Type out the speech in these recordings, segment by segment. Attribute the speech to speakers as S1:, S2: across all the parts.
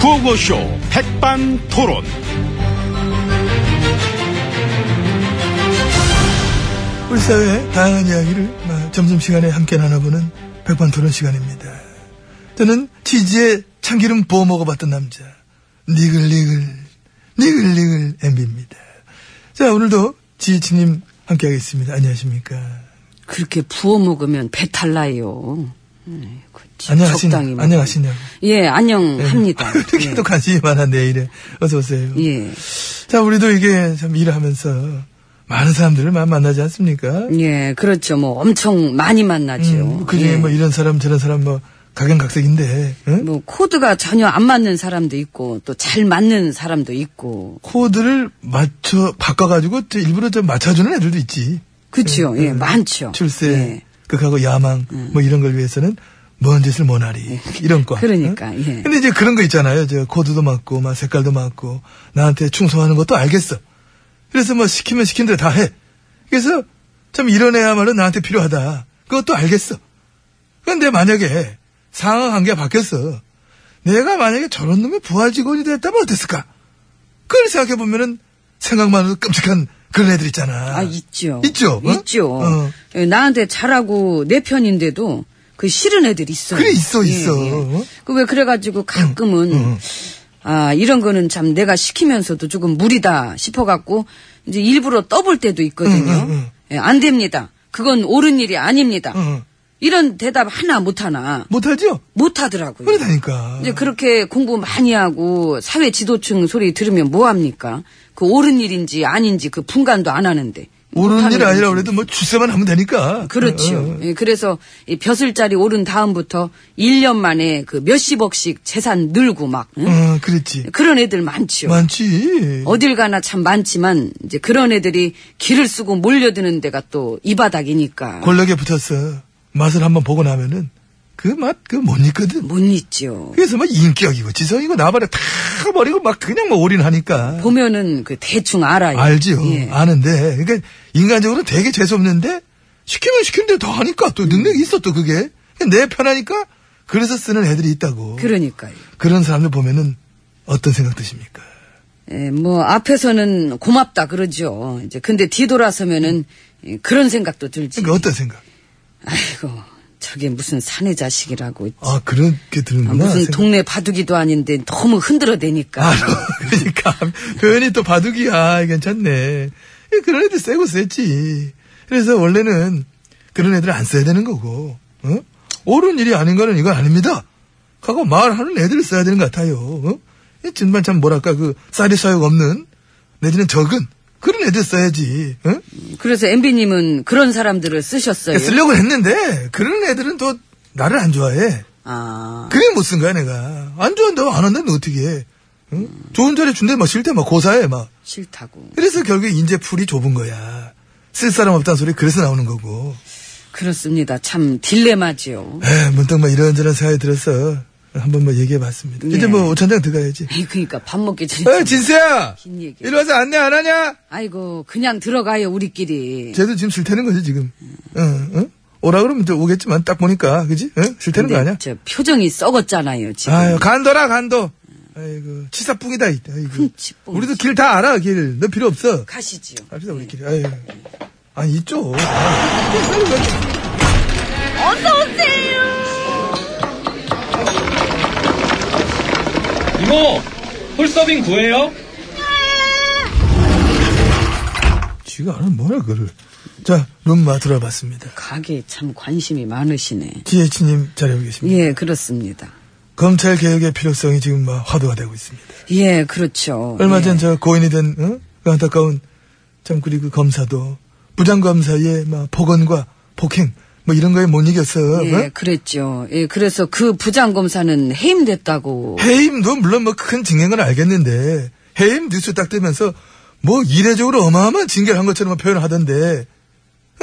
S1: 구호쇼 백반토론.
S2: 우리 사회의 다양한 이야기를 아, 점심시간에 함께 나눠보는 백반토론 시간입니다. 저는 치즈에 참기름 부어 먹어봤던 남자 니글니글 니글니글 MB입니다. 자 오늘도 지혜치님 함께하겠습니다. 안녕하십니까?
S3: 그렇게 부어 먹으면 배탈 나요. 아이고, 지-
S2: 안녕하시냐?
S3: 적당히 먹어요.
S2: 안녕하시냐고.
S3: 예, 안녕합니다. 네.
S2: 그렇게 또 관심이 많아 내일에 어서 오세요.
S3: 예. 예.
S2: 자 우리도 이게 참 일하면서 많은 사람들을 많이 만나지 않습니까?
S3: 예, 그렇죠. 뭐 엄청 많이 만나죠.
S2: 그중에
S3: 예.
S2: 뭐 이런 사람 저런 사람 뭐 각양각색인데 응?
S3: 뭐 코드가 전혀 안 맞는 사람도 있고 또 잘 맞는 사람도 있고
S2: 코드를 맞춰 바꿔가지고 저 일부러 좀 맞춰주는 애들도 있지.
S3: 그렇죠. 예, 많죠.
S2: 출세,
S3: 예. 음.
S2: 극하고 야망 뭐 이런 걸 위해서는 먼 짓을 못하리 이런 거.
S3: 예. 그러니까, 예.
S2: 근데 이제 그런 거 있잖아요. 저 코드도 맞고, 막 색깔도 맞고 나한테 충성하는 것도 알겠어. 그래서 뭐 시키면 시킨 대로 다 해. 그래서 참 이런 애야말로 나한테 필요하다. 그것도 알겠어. 근데 만약에 상황 관계가 바뀌었어. 내가 만약에 저런 놈의 부하 직원이 됐다면 어땠을까? 그걸 생각해보면은 생각만으로 끔찍한 그런 애들 있잖아.
S3: 아, 있죠.
S2: 있죠. 어?
S3: 있죠.
S2: 어.
S3: 예, 나한테 잘하고 내 편인데도 그 싫은 애들 있어요. 예,
S2: 그래, 있어, 있어. 어?
S3: 그 왜 그래가지고 가끔은 아 이런 거는 참 내가 시키면서도 조금 무리다 싶어갖고 이제 일부러 떠볼 때도 있거든요.
S2: 응, 응, 응.
S3: 예, 안 됩니다. 그건 옳은 일이 아닙니다.
S2: 응, 응.
S3: 이런 대답 하나 못 하나
S2: 못하죠?
S3: 못 하더라고요.
S2: 그러다니까.
S3: 이제 그렇게 공부 많이 하고 사회 지도층 소리 들으면 뭐 합니까? 그 옳은 일인지 아닌지 그 분간도 안 하는데.
S2: 옳은 일
S3: 못하는
S2: 아니라
S3: 일인지.
S2: 그래도 뭐 주세만 하면 되니까.
S3: 그렇죠.
S2: 어, 어.
S3: 예, 그래서 이 벼슬자리 오른 다음부터 1년 만에 그 몇십억씩 재산 늘고 막 응?
S2: 어, 그렇지.
S3: 예. 그런 애들 많죠.
S2: 많지.
S3: 어딜 가나 참 많지만 이제 그런 애들이 길을 쓰고 몰려드는 데가 또 이 바닥이니까
S2: 권력에 붙어서 맛을 한번 보고 나면은 그 맛, 그 못 잊거든.
S3: 못 잊죠.
S2: 그래서 막 인격이고 지성이고 나발에 다 버리고 막 그냥 뭐 올인하니까.
S3: 보면은 그 대충 알아요.
S2: 알지요.
S3: 예.
S2: 아는데. 그러니까 인간적으로 되게 재수없는데 시키면 시키는 대로 더 하니까 또
S3: 음.
S2: 능력이 있어 또 그게. 그러니까 내 편하니까 그래서 쓰는 애들이 있다고.
S3: 그러니까요.
S2: 그런 사람들 보면은 어떤 생각 드십니까?
S3: 예, 뭐 앞에서는 고맙다 그러죠. 이제 근데 뒤돌아서면은 예, 그런 생각도 들지.
S2: 그러니까 어떤 생각?
S3: 아이고 저게 무슨 사내 자식이라고
S2: 아, 그렇게
S3: 아,
S2: 드는구나.
S3: 무슨
S2: 생각.
S3: 동네 바둑이도 아닌데 너무 흔들어대니까.
S2: 아, 그러니까 표현이 또 바둑이야. 괜찮네. 예, 그런 애들 세고 셌지. 그래서 원래는 그런 애들 안 써야 되는 거고. 어? 옳은 일이 아닌 거는 이건 아닙니다. 하고 말하는 애들을 써야 되는 것 같아요. 어? 이 정말 참 뭐랄까 그 쌀이 사육 없는 내지는 적은 그런 애들 써야지. 어? 그러니까
S3: 그래서 MB님은 그런 사람들을 쓰셨어요.
S2: 쓰려고 했는데 그런 애들은 또 나를 안 좋아해.
S3: 아,
S2: 그래 못 쓴 거야 내가. 안 좋아한다고 안 한다면 어떻게 해. 응? 좋은 자리 준대 막 싫대 막 고사해 막.
S3: 싫다고.
S2: 그래서 결국에 인재풀이 좁은 거야. 쓸 사람 없다는 소리 그래서 나오는 거고.
S3: 그렇습니다. 참 딜레마지요.
S2: 에, 문득 막 이런저런 생각이 들어서 한번 뭐 얘기해 봤습니다. 이제
S3: 네.
S2: 뭐 오천장 들어가야지.
S3: 에이, 그러니까 밥 먹기 전에.
S2: 어, 진수야!
S3: 긴 얘기.
S2: 이리 와서 안내 안 하냐?
S3: 아이고 그냥 들어가요 우리끼리.
S2: 쟤도 지금 싫다는 거지, 지금. 응, 응? 오라 그러면 이제 오겠지만 딱 보니까, 그지? 응? 싫다는 거
S3: 근데
S2: 아니야?
S3: 저 표정이 썩었잖아요 지금.
S2: 아유, 간도라, 간도. 아이고, 치사뿡이다, 이때. 아이고.
S3: 흠, 치뿡.
S2: 우리도 길 다 알아, 길. 너 필요 없어.
S3: 가시지요.
S2: 갑시다, 우리끼리. 아유. 아니, 있죠.
S4: 이모, 홀서빙 구해요?
S2: 지가 알아, 뭐라, 그를. 자, 룸마 들어봤습니다.
S3: 가게에 참 관심이 많으시네.
S2: DH님 잘하고 계십니다.
S3: 예, 그렇습니다.
S2: 검찰 개혁의 필요성이 지금 막 화두가 되고 있습니다.
S3: 예, 그렇죠.
S2: 얼마
S3: 예.
S2: 전 저 고인이 된, 어? 그 안타까운, 참, 그리고 검사도, 부장검사의 막 폭언과 폭행, 뭐 이런 거에 못 이겼어.
S3: 예,
S2: 어?
S3: 그랬죠. 예, 그래서 그 부장검사는 해임됐다고.
S2: 해임도 물론 뭐 큰 징계는 알겠는데, 해임 뉴스 딱 뜨면서, 뭐 이례적으로 어마어마한 징계를 한 것처럼 표현을 하던데,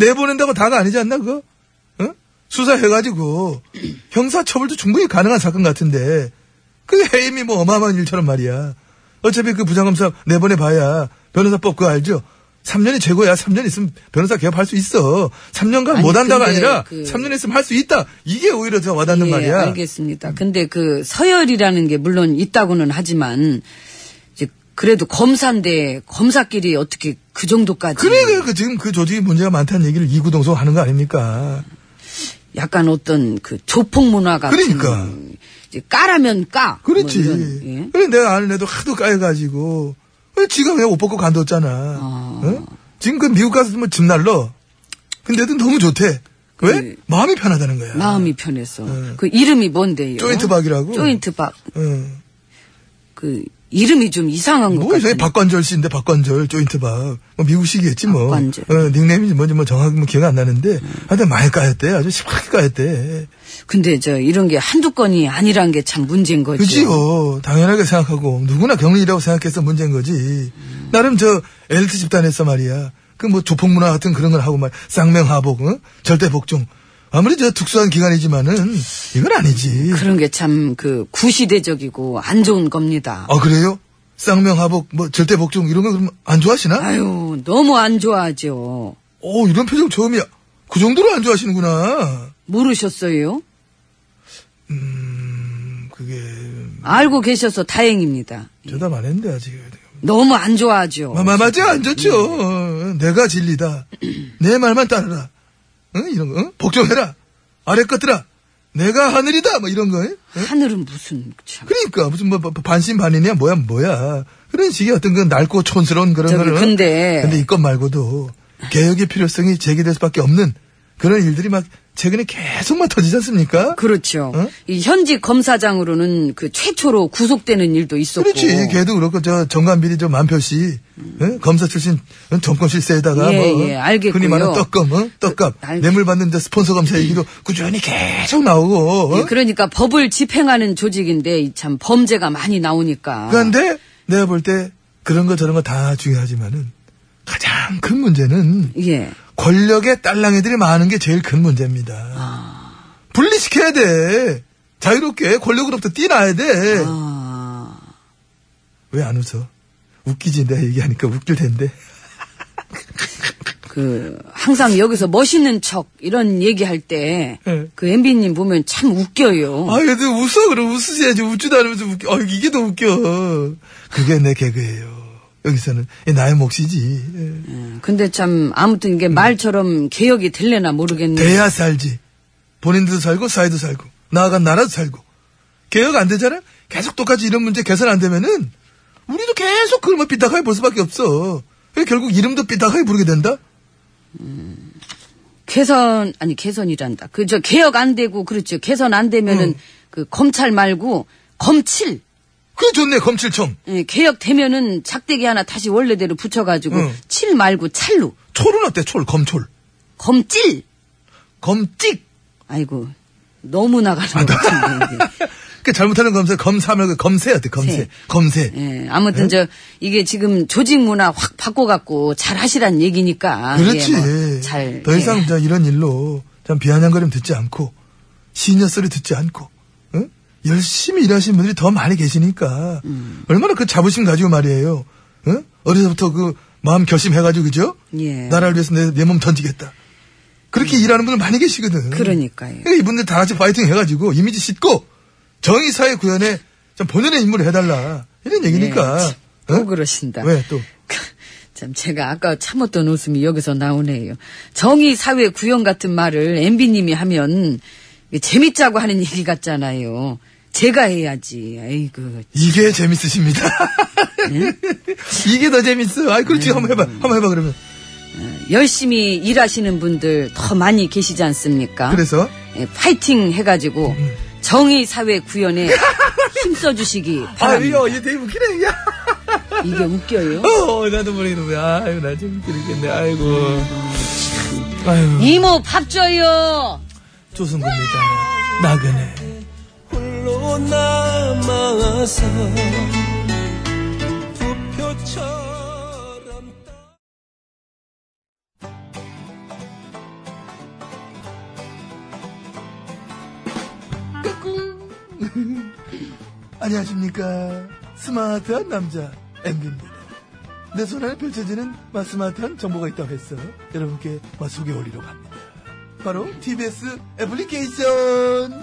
S2: 내보낸다고 다가 아니지 않나, 그거? 어? 수사해가지고, 형사처벌도 충분히 가능한 사건 같은데, 그 해임이 뭐 어마어마한 일처럼 말이야. 어차피 그 부장검사 내보내봐야, 변호사법 그거 알죠? 3년이 최고야. 3년 있으면 변호사 개업할 수 있어. 3년간
S3: 아니,
S2: 못 한다가
S3: 근데
S2: 아니라
S3: 그-
S2: 3년 있으면 할 수 있다. 이게 오히려 더 와닿는
S3: 예,
S2: 말이야.
S3: 알겠습니다. 근데 그 서열이라는 게 물론 있다고는 하지만 이제 그래도 검사인데 검사끼리 어떻게 그 정도까지
S2: 그래, 그래, 그 지금 그 조직이 문제가 많다는 얘기를 이구동성 하는 거 아닙니까?
S3: 약간 어떤 그 조폭 문화 같은
S2: 그러니까.
S3: 이제 까라면 까. 뭐
S2: 그렇지.
S3: 이런, 예?
S2: 그래, 내가 아는 애도 하도 까여가지고. 그래, 지가 그냥 옷 벗고 간뒀잖아.
S3: 아.
S2: 응? 지금 그 미국 가서 뭐 집 날러. 근데도 너무 좋대. 왜?
S3: 그-
S2: 마음이 편하다는 거야.
S3: 마음이 편해서 그 이름이 뭔데요?
S2: 네. 조인트박이라고.
S3: 조인트박
S2: 응.
S3: 그 이름이 좀 이상한 것
S2: 뭐, 저기
S3: 같아요.
S2: 박관절 씨인데, 박관절, 조인트박. 뭐, 미국식이겠지, 뭐.
S3: 박관절. 음.
S2: 어, 닉네임인지 뭔지 뭐 정확히 뭐 기억 안 나는데. 하여튼 많이 까였대. 아주 시끄럽게 까였대.
S3: 근데 저 이런 게 한두 건이 아니란 게 참 문제인 거죠.
S2: 그지요. 당연하게 생각하고 누구나 격리라고 생각해서 문제인 거지. 나름 저 엘리트 집단에서 말이야. 그 뭐 조폭 문화 같은 그런 걸 하고 말 쌍명하복, 응? 절대 복종. 아무리 저 특수한 기간이지만은 이건 아니지.
S3: 그런 게 참 그 구시대적이고 안 좋은 겁니다.
S2: 아 그래요? 쌍명하복, 뭐 절대 복종 이런 거 그럼 안 좋아하시나?
S3: 아유 너무 안 좋아하죠.
S2: 오 이런 표정 처음이야. 그 정도로 안 좋아하시는구나.
S3: 모르셨어요?
S2: 음, 그게
S3: 알고 계셔서 다행입니다.
S2: 대답 안 했는데 아직.
S3: 너무 안 좋아하죠.
S2: 마, 마, 맞아, 안 좋죠. 어,
S3: 음.
S2: 내가 진리다. 내 말만 따르라. 응? 이런 거, 응? 복종해라. 아래 것들아. 내가 하늘이다. 뭐 이런 거, 응?
S3: 하늘은 무슨 참.
S2: 그러니까, 무슨 뭐, 뭐, 반신반인이야, 뭐야, 뭐야. 그런 식의 어떤 그 낡고 촌스러운 그런
S3: 저기
S2: 거를.
S3: 근데-
S2: 근데 이것 말고도 개혁의 필요성이 제기될 수밖에 없는 그런 일들이 막 최근에 계속 막 터지지 않습니까?
S3: 그렇죠.
S2: 응?
S3: 이 현지 검사장으로는 그 최초로 구속되는 일도 있었고.
S2: 그렇지. 걔도 그렇고, 저, 정관비리 저 만표 씨, 응? 검사 출신 정권 실세에다가,
S3: 예,
S2: 뭐,
S3: 예, 알겠고요.
S2: 흔히 말하는 떡검, 어? 떡값,
S3: 그, 알-
S2: 뇌물 받는데 스폰서 검사 얘기도 꾸준히 계속 나오고,
S3: 예, 그러니까 법을 집행하는 조직인데 이참 범죄가 많이 나오니까.
S2: 그런데, 내가 볼 때, 그런 거 저런 거 다 중요하지만은, 가장 큰 문제는,
S3: 예.
S2: 권력의 딸랑이들이 많은 게 제일 큰 문제입니다.
S3: 아.
S2: 분리시켜야 돼. 자유롭게 권력으로부터 뛰어나야 돼.
S3: 아,
S2: 왜 안 웃어? 웃기지, 내가 얘기하니까 웃길 텐데.
S3: 그 항상 여기서 멋있는 척 이런 얘기할 때
S2: 예.
S3: 그 엠비님 보면 참 웃겨요.
S2: 아, 그래도 웃어, 그럼 웃으셔야지. 웃지도 않으면서 웃겨. 아, 이게 더 웃겨. 그게 내 개그예요. 여기서는. 이 나의 몫이지. 예.
S3: 예, 근데 참 아무튼 이게 말처럼 개혁이 될려나 모르겠네요.
S2: 돼야 살지. 본인도 살고, 사회도 살고, 나아간 나라도 살고. 개혁 안 되잖아? 계속 똑같이 이런 문제 개선 안 되면은, 우리도 계속 그걸 뭐 삐딱하게 볼 수밖에 없어. 그래서 결국 이름도 삐딱하게 부르게 된다?
S3: 개선 아니 개선이란다. 그 저 개혁 안 되고 그렇죠. 개선 안 되면은
S2: 음.
S3: 그 검찰 말고 검칠.
S2: 그게 좋네, 검찰청.
S3: 예, 개혁 되면은 작대기 하나 다시 원래대로 붙여가지고
S2: 응.
S3: 칠 말고 찰로
S2: 촐은 어때, 촐, 검촐.
S3: 검찔.
S2: 검찍!
S3: 아이고 너무 나가는 것 같은데. 이게.
S2: 그 잘못하는 검사, 검사 말고 검세 어때, 검세.
S3: 세.
S2: 검세.
S3: 예, 아무튼 저 이게 지금 조직 문화 확 바꿔갖고 잘 하시란 얘기니까.
S2: 그렇지.
S3: 예, 뭐잘
S2: 더 이상
S3: 예.
S2: 저 이런 일로 참 비아냥거림 듣지 않고 시녀 소리 듣지 않고 응? 열심히 일하시는 분들이 더 많이 계시니까
S3: 음.
S2: 얼마나 그 자부심 가지고 말이에요. 응? 어려서부터 그 마음 결심해가지고 그죠?
S3: 예. 음.
S2: 나라를 위해서 내 몸 던지겠다. 그렇게 일하는 분들 많이 계시거든.
S3: 그러니까요.
S2: 그러니까 이분들 다 같이 파이팅 해가지고 이미지 씻고 정의 사회 구현에 참 본연의 인물을 해달라 이런 얘기니까.
S3: 예, 참, 또
S2: 응?
S3: 그러신다.
S2: 왜 또?
S3: 참 제가 아까 참았던 웃음이 여기서 나오네요. 정의 사회 구현 같은 말을 MB님이 하면 이게 재밌자고 하는 얘기 같잖아요. 제가 해야지. 아이고.
S2: 이게 재밌으십니다. 예? 이게 더 재밌어. 아이, 그렇지. 한번 해봐. 한번 해봐, 그러면.
S3: 열심히 일하시는 분들 더 많이 계시지 않습니까?
S2: 그래서? 음.
S3: 예, 파이팅 해가지고 정의 사회 구현에 힘써 주시기 바랍니다.
S2: 아유, 얘 되게 웃기네. 야.
S3: 이게 웃겨요.
S2: 어, 나도 모르게 너무, 아유, 나 재밌게 웃겠네. 아이고. 아유,
S3: 이모 밥 줘요.
S2: 조선구입니다. 나그네.
S5: 홀로 남아서 부표처럼
S2: 안녕하십니까. 스마트한 남자, 엠비입니다. 내 손안에 펼쳐지는 마스마트한 정보가 있다고 해서 여러분께 맛 소개해 올리려고 합니다. 바로 TBS 애플리케이션!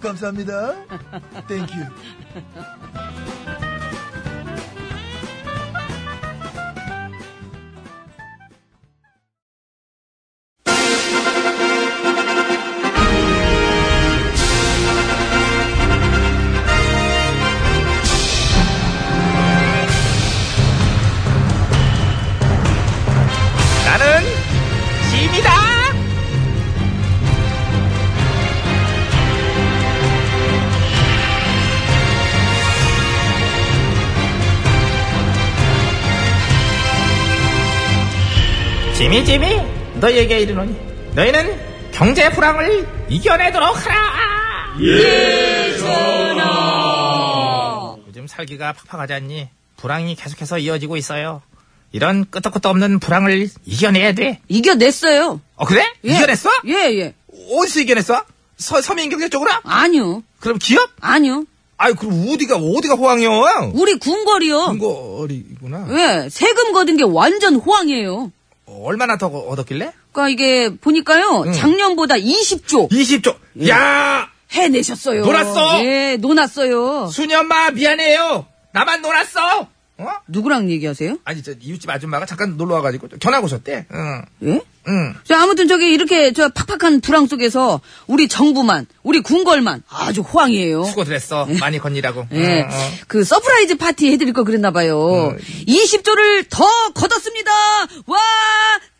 S2: 감사합니다. 땡큐.
S1: 나는 짐이다. 짐이 짐이 너희에게 이르노니 너희는 경제 불황을 이겨내도록 하라. 요즘 살기가 팍팍하지 않니? 불황이 계속해서 이어지고 있어요. 이런 끄떡끄떡 없는 불황을 이겨내야 돼.
S3: 이겨냈어요.
S1: 어 그래?
S3: 예.
S1: 이겨냈어?
S3: 예, 예.
S1: 어디서 이겨냈어? 서, 서민 경제 쪽으로?
S3: 아니요.
S1: 그럼 기업?
S3: 아니요.
S1: 아이 그럼 어디가 어디가 호황이요?
S3: 우리 궁궐이요.
S1: 궁궐이구나.
S3: 예, 세금 거둔 게 완전 호황이에요.
S1: 어, 얼마나 더 얻었길래?
S3: 그러니까 이게 보니까요. 작년보다 20조
S1: 20조. 야
S3: 해내셨어요.
S1: 놀았어?
S3: 예, 논았어요.
S1: 수년마 미안해요. 나만 놀았어. 어?
S3: 누구랑 얘기하세요?
S1: 아니 저 이웃집 아줌마가 잠깐 놀러 와가지고 저 견학 오셨대. 응.
S3: 예?
S1: 응.
S3: 저 아무튼 저기 이렇게 저 팍팍한 불황 속에서 우리 정부만, 우리 궁궐만 아주 호황이에요.
S1: 수고들 했어. 많이 건니라고.
S3: 예.
S1: 응, 어.
S3: 그 서프라이즈 파티 해드릴 거 그랬나 봐요.
S1: 음.
S3: 20조를 더 걷었습니다. 와!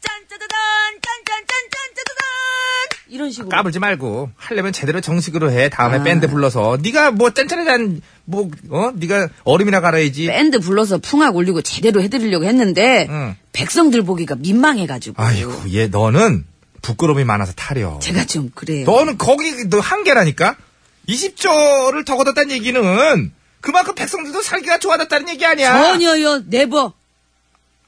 S3: 짠짜자잔! 짠짠짠짠짜자잔! 이런 식으로.
S1: 까불지 말고 하려면 제대로 정식으로 해. 다음에
S3: 아.
S1: 밴드 불러서 네가 뭐 짠짠한 뭐어 네가 얼음이나 갈아야지.
S3: 밴드 불러서 풍악 올리고 제대로 해드리려고 했는데
S1: 응.
S3: 백성들 보기가 민망해가지고
S1: 아이고 얘 너는 부끄러움이 많아서 타령.
S3: 제가 좀 그래요.
S1: 너는 거기 너 한계라니까. 20조를 더 걷었다는 얘기는 그만큼 백성들도 살기가 좋아졌다는 얘기 아니야?
S3: 전혀요, 네버.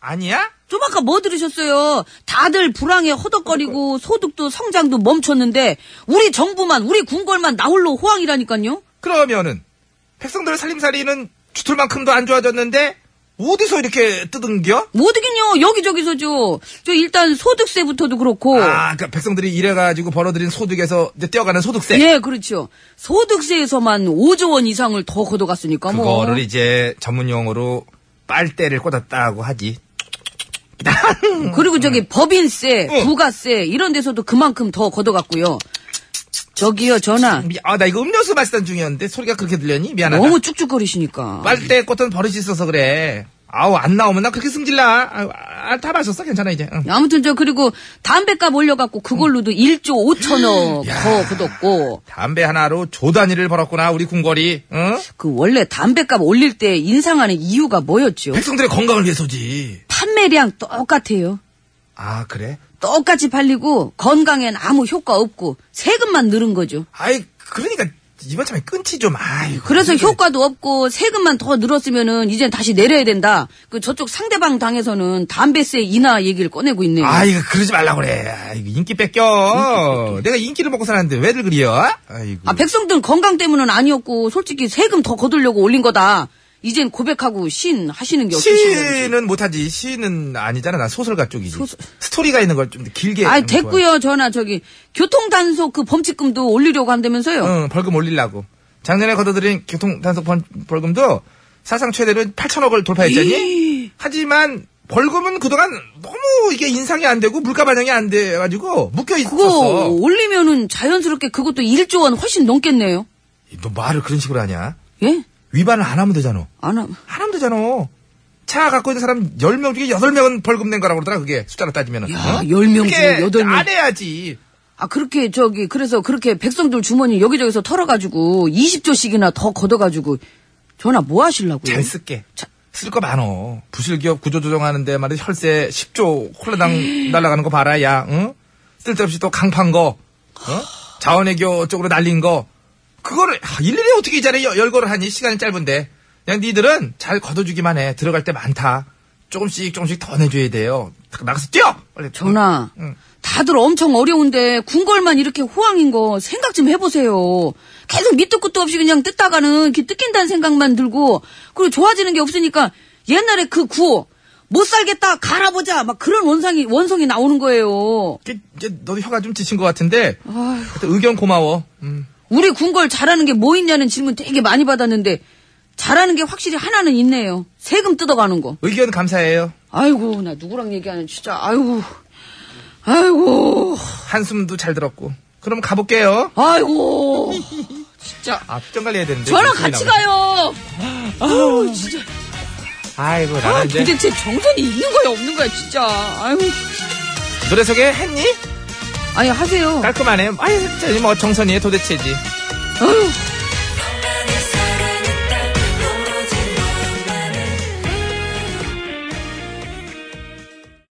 S1: 아니야?
S3: 좀 아까 뭐 들으셨어요? 다들 불황에 허덕거리고 소득도 성장도 멈췄는데 우리 정부만 우리 궁궐만 나홀로 호황이라니까요.
S1: 그러면은 백성들 살림살이는 주툴만큼도 안 좋아졌는데 어디서 이렇게 뜯은겨?
S3: 뭐드긴요 여기저기서죠. 저 일단 소득세부터도 그렇고
S1: 아, 그러니까 백성들이 일해가지고 벌어들인 소득에서 이제 떼어가는 소득세.
S3: 예 그렇죠. 소득세에서만 5조 원 이상을 더 걷어갔으니까 뭐.
S1: 그거를 이제 전문 용어로 빨대를 꽂았다고 하지. 음.
S3: 그리고 저기 법인세,
S1: 응.
S3: 부가세 이런 데서도 그만큼 더 걷어갔고요. 저기요 전화
S1: 미- 아, 나 이거 음료수 마시던 중이었는데 소리가 그렇게 들렸니? 미안하다.
S3: 너무 쭉쭉거리시니까
S1: 아, 빨대 꽂던 버릇이 있어서 그래. 아우 안 나오면 나 그렇게 승질나. 아, 아, 다 마셨어? 괜찮아 이제. 응.
S3: 아무튼 저 그리고 담배값 올려갖고 그걸로도 1조
S1: 음.
S3: 5천억 더 걷었고
S1: 담배 하나로 조 단위를 벌었구나 우리 궁궐이. 응?
S3: 그 원래 담배값 올릴 때 인상하는 이유가 뭐였죠?
S1: 백성들의 건강을 위해서지.
S3: 판매량 똑같아요.
S1: 아 그래?
S3: 똑같이 팔리고 건강엔 아무 효과 없고 세금만 늘은 거죠.
S1: 아이 그러니까 이번 참에 끊지 좀. 아이고.
S3: 그래서 효과도 없고 세금만 더 늘었으면은 이젠 다시 내려야 된다. 그 저쪽 상대방 당에서는 담배세 인하 얘기를 꺼내고 있네요.
S1: 아이고 그러지 말라고 그래. 아이고 인기 뺏겨. 내가 인기를 먹고 사는데 왜들 그리여? 아이고.
S3: 아, 백성들 건강 때문은 아니었고 솔직히 세금 더 거두려고 올린 거다. 이젠 고백하고 신 하시는 게 어떠신가요?
S1: 시는 못하지. 시는 아니잖아. 나 소설가 쪽이지.
S3: 소설-
S1: 스토리가 있는 걸 좀 길게.
S3: 아,
S1: 하는 거 좋아해.
S3: 됐고요. 전화 저기 교통 단속 그 범칙금도 올리려고 한다면서요.
S1: 응, 벌금 올리려고. 작년에 걷어들인 교통단속 벌- 벌금도 사상 최대로 8천억을 돌파했잖니? 하지만 벌금은 그동안 너무 이게 인상이 안 되고 물가 반영이 안 돼가지고 묶여
S3: 그거
S1: 있었어.
S3: 올리면은 자연스럽게 그것도 1조 원 훨씬 넘겠네요.
S1: 너 말을 그런 식으로 하냐?
S3: 예?
S1: 위반을 안 하면 되잖아.
S3: 안 하.
S1: 안 하면 되잖아. 차 갖고 있는 사람 10명 중에 8명은 벌금 낸 거라고 그러더라, 그게. 숫자로 따지면은. 어?
S3: 야, 10명 중에
S1: 그게
S3: 8명.
S1: 안 해야지.
S3: 아 그렇게 저기 그래서 그렇게 백성들 주머니 여기저기서 털어가지고 20조씩이나 더 걷어가지고 전화 뭐 하실라고요?
S1: 잘 쓸게.
S3: 자-
S1: 쓸 거 많어. 부실기업 구조조정하는데 말이야 혈세 10조 홀라당 날아가는 거 봐라, 야, 응? 쓸데없이 또 강판 거, 어? 자원외교 쪽으로 날린 거. 그거를, 아, 일일이 어떻게 이 자리에 열- 열거를 하니? 시간이 짧은데. 그냥 니들은 잘 걷어주기만 해. 들어갈 때 많다. 조금씩 조금씩 더 내줘야 돼요. 나가서 뛰어! 빨리.
S3: 전화.
S1: 응.
S3: 다들 엄청 어려운데 궁궐만 이렇게 호황인 거 생각 좀 해보세요. 계속 밑도 끝도 없이 그냥 뜯다가는 이렇게 뜯긴다는 생각만 들고 그리고 좋아지는 게 없으니까 옛날에 그 구호 못 살겠다 갈아보자 막 그런 원상이 원성이 나오는 거예요.
S1: 그, 이게 이제 너도 혀가 좀 지친 것 같은데. 하여튼 의견 고마워. 음.
S3: 우리 궁궐 잘하는 게 뭐 있냐는 질문 되게 많이 받았는데 잘하는 게 확실히 하나는 있네요. 세금 뜯어가는 거.
S1: 의견 감사해요.
S3: 아이고 나 누구랑 얘기하는 진짜 아이고 아이고
S1: 한숨도 잘 들었고. 그럼 가볼게요.
S3: 아이고 진짜
S1: 아, 표정 관리해야 되는데.
S3: 저랑
S1: 목소리
S3: 같이
S1: 나오네.
S3: 가요. 아우 네. 진짜
S1: 아이고,
S3: 아,
S1: 나는 이제.
S3: 도대체 정선이 있는 거야 없는 거야 진짜. 아유
S1: 노래 소개 했니?
S3: 아니 하세요.
S1: 깔끔하네. 아이, 진짜 뭐 정선이의 도대체지.
S3: 아유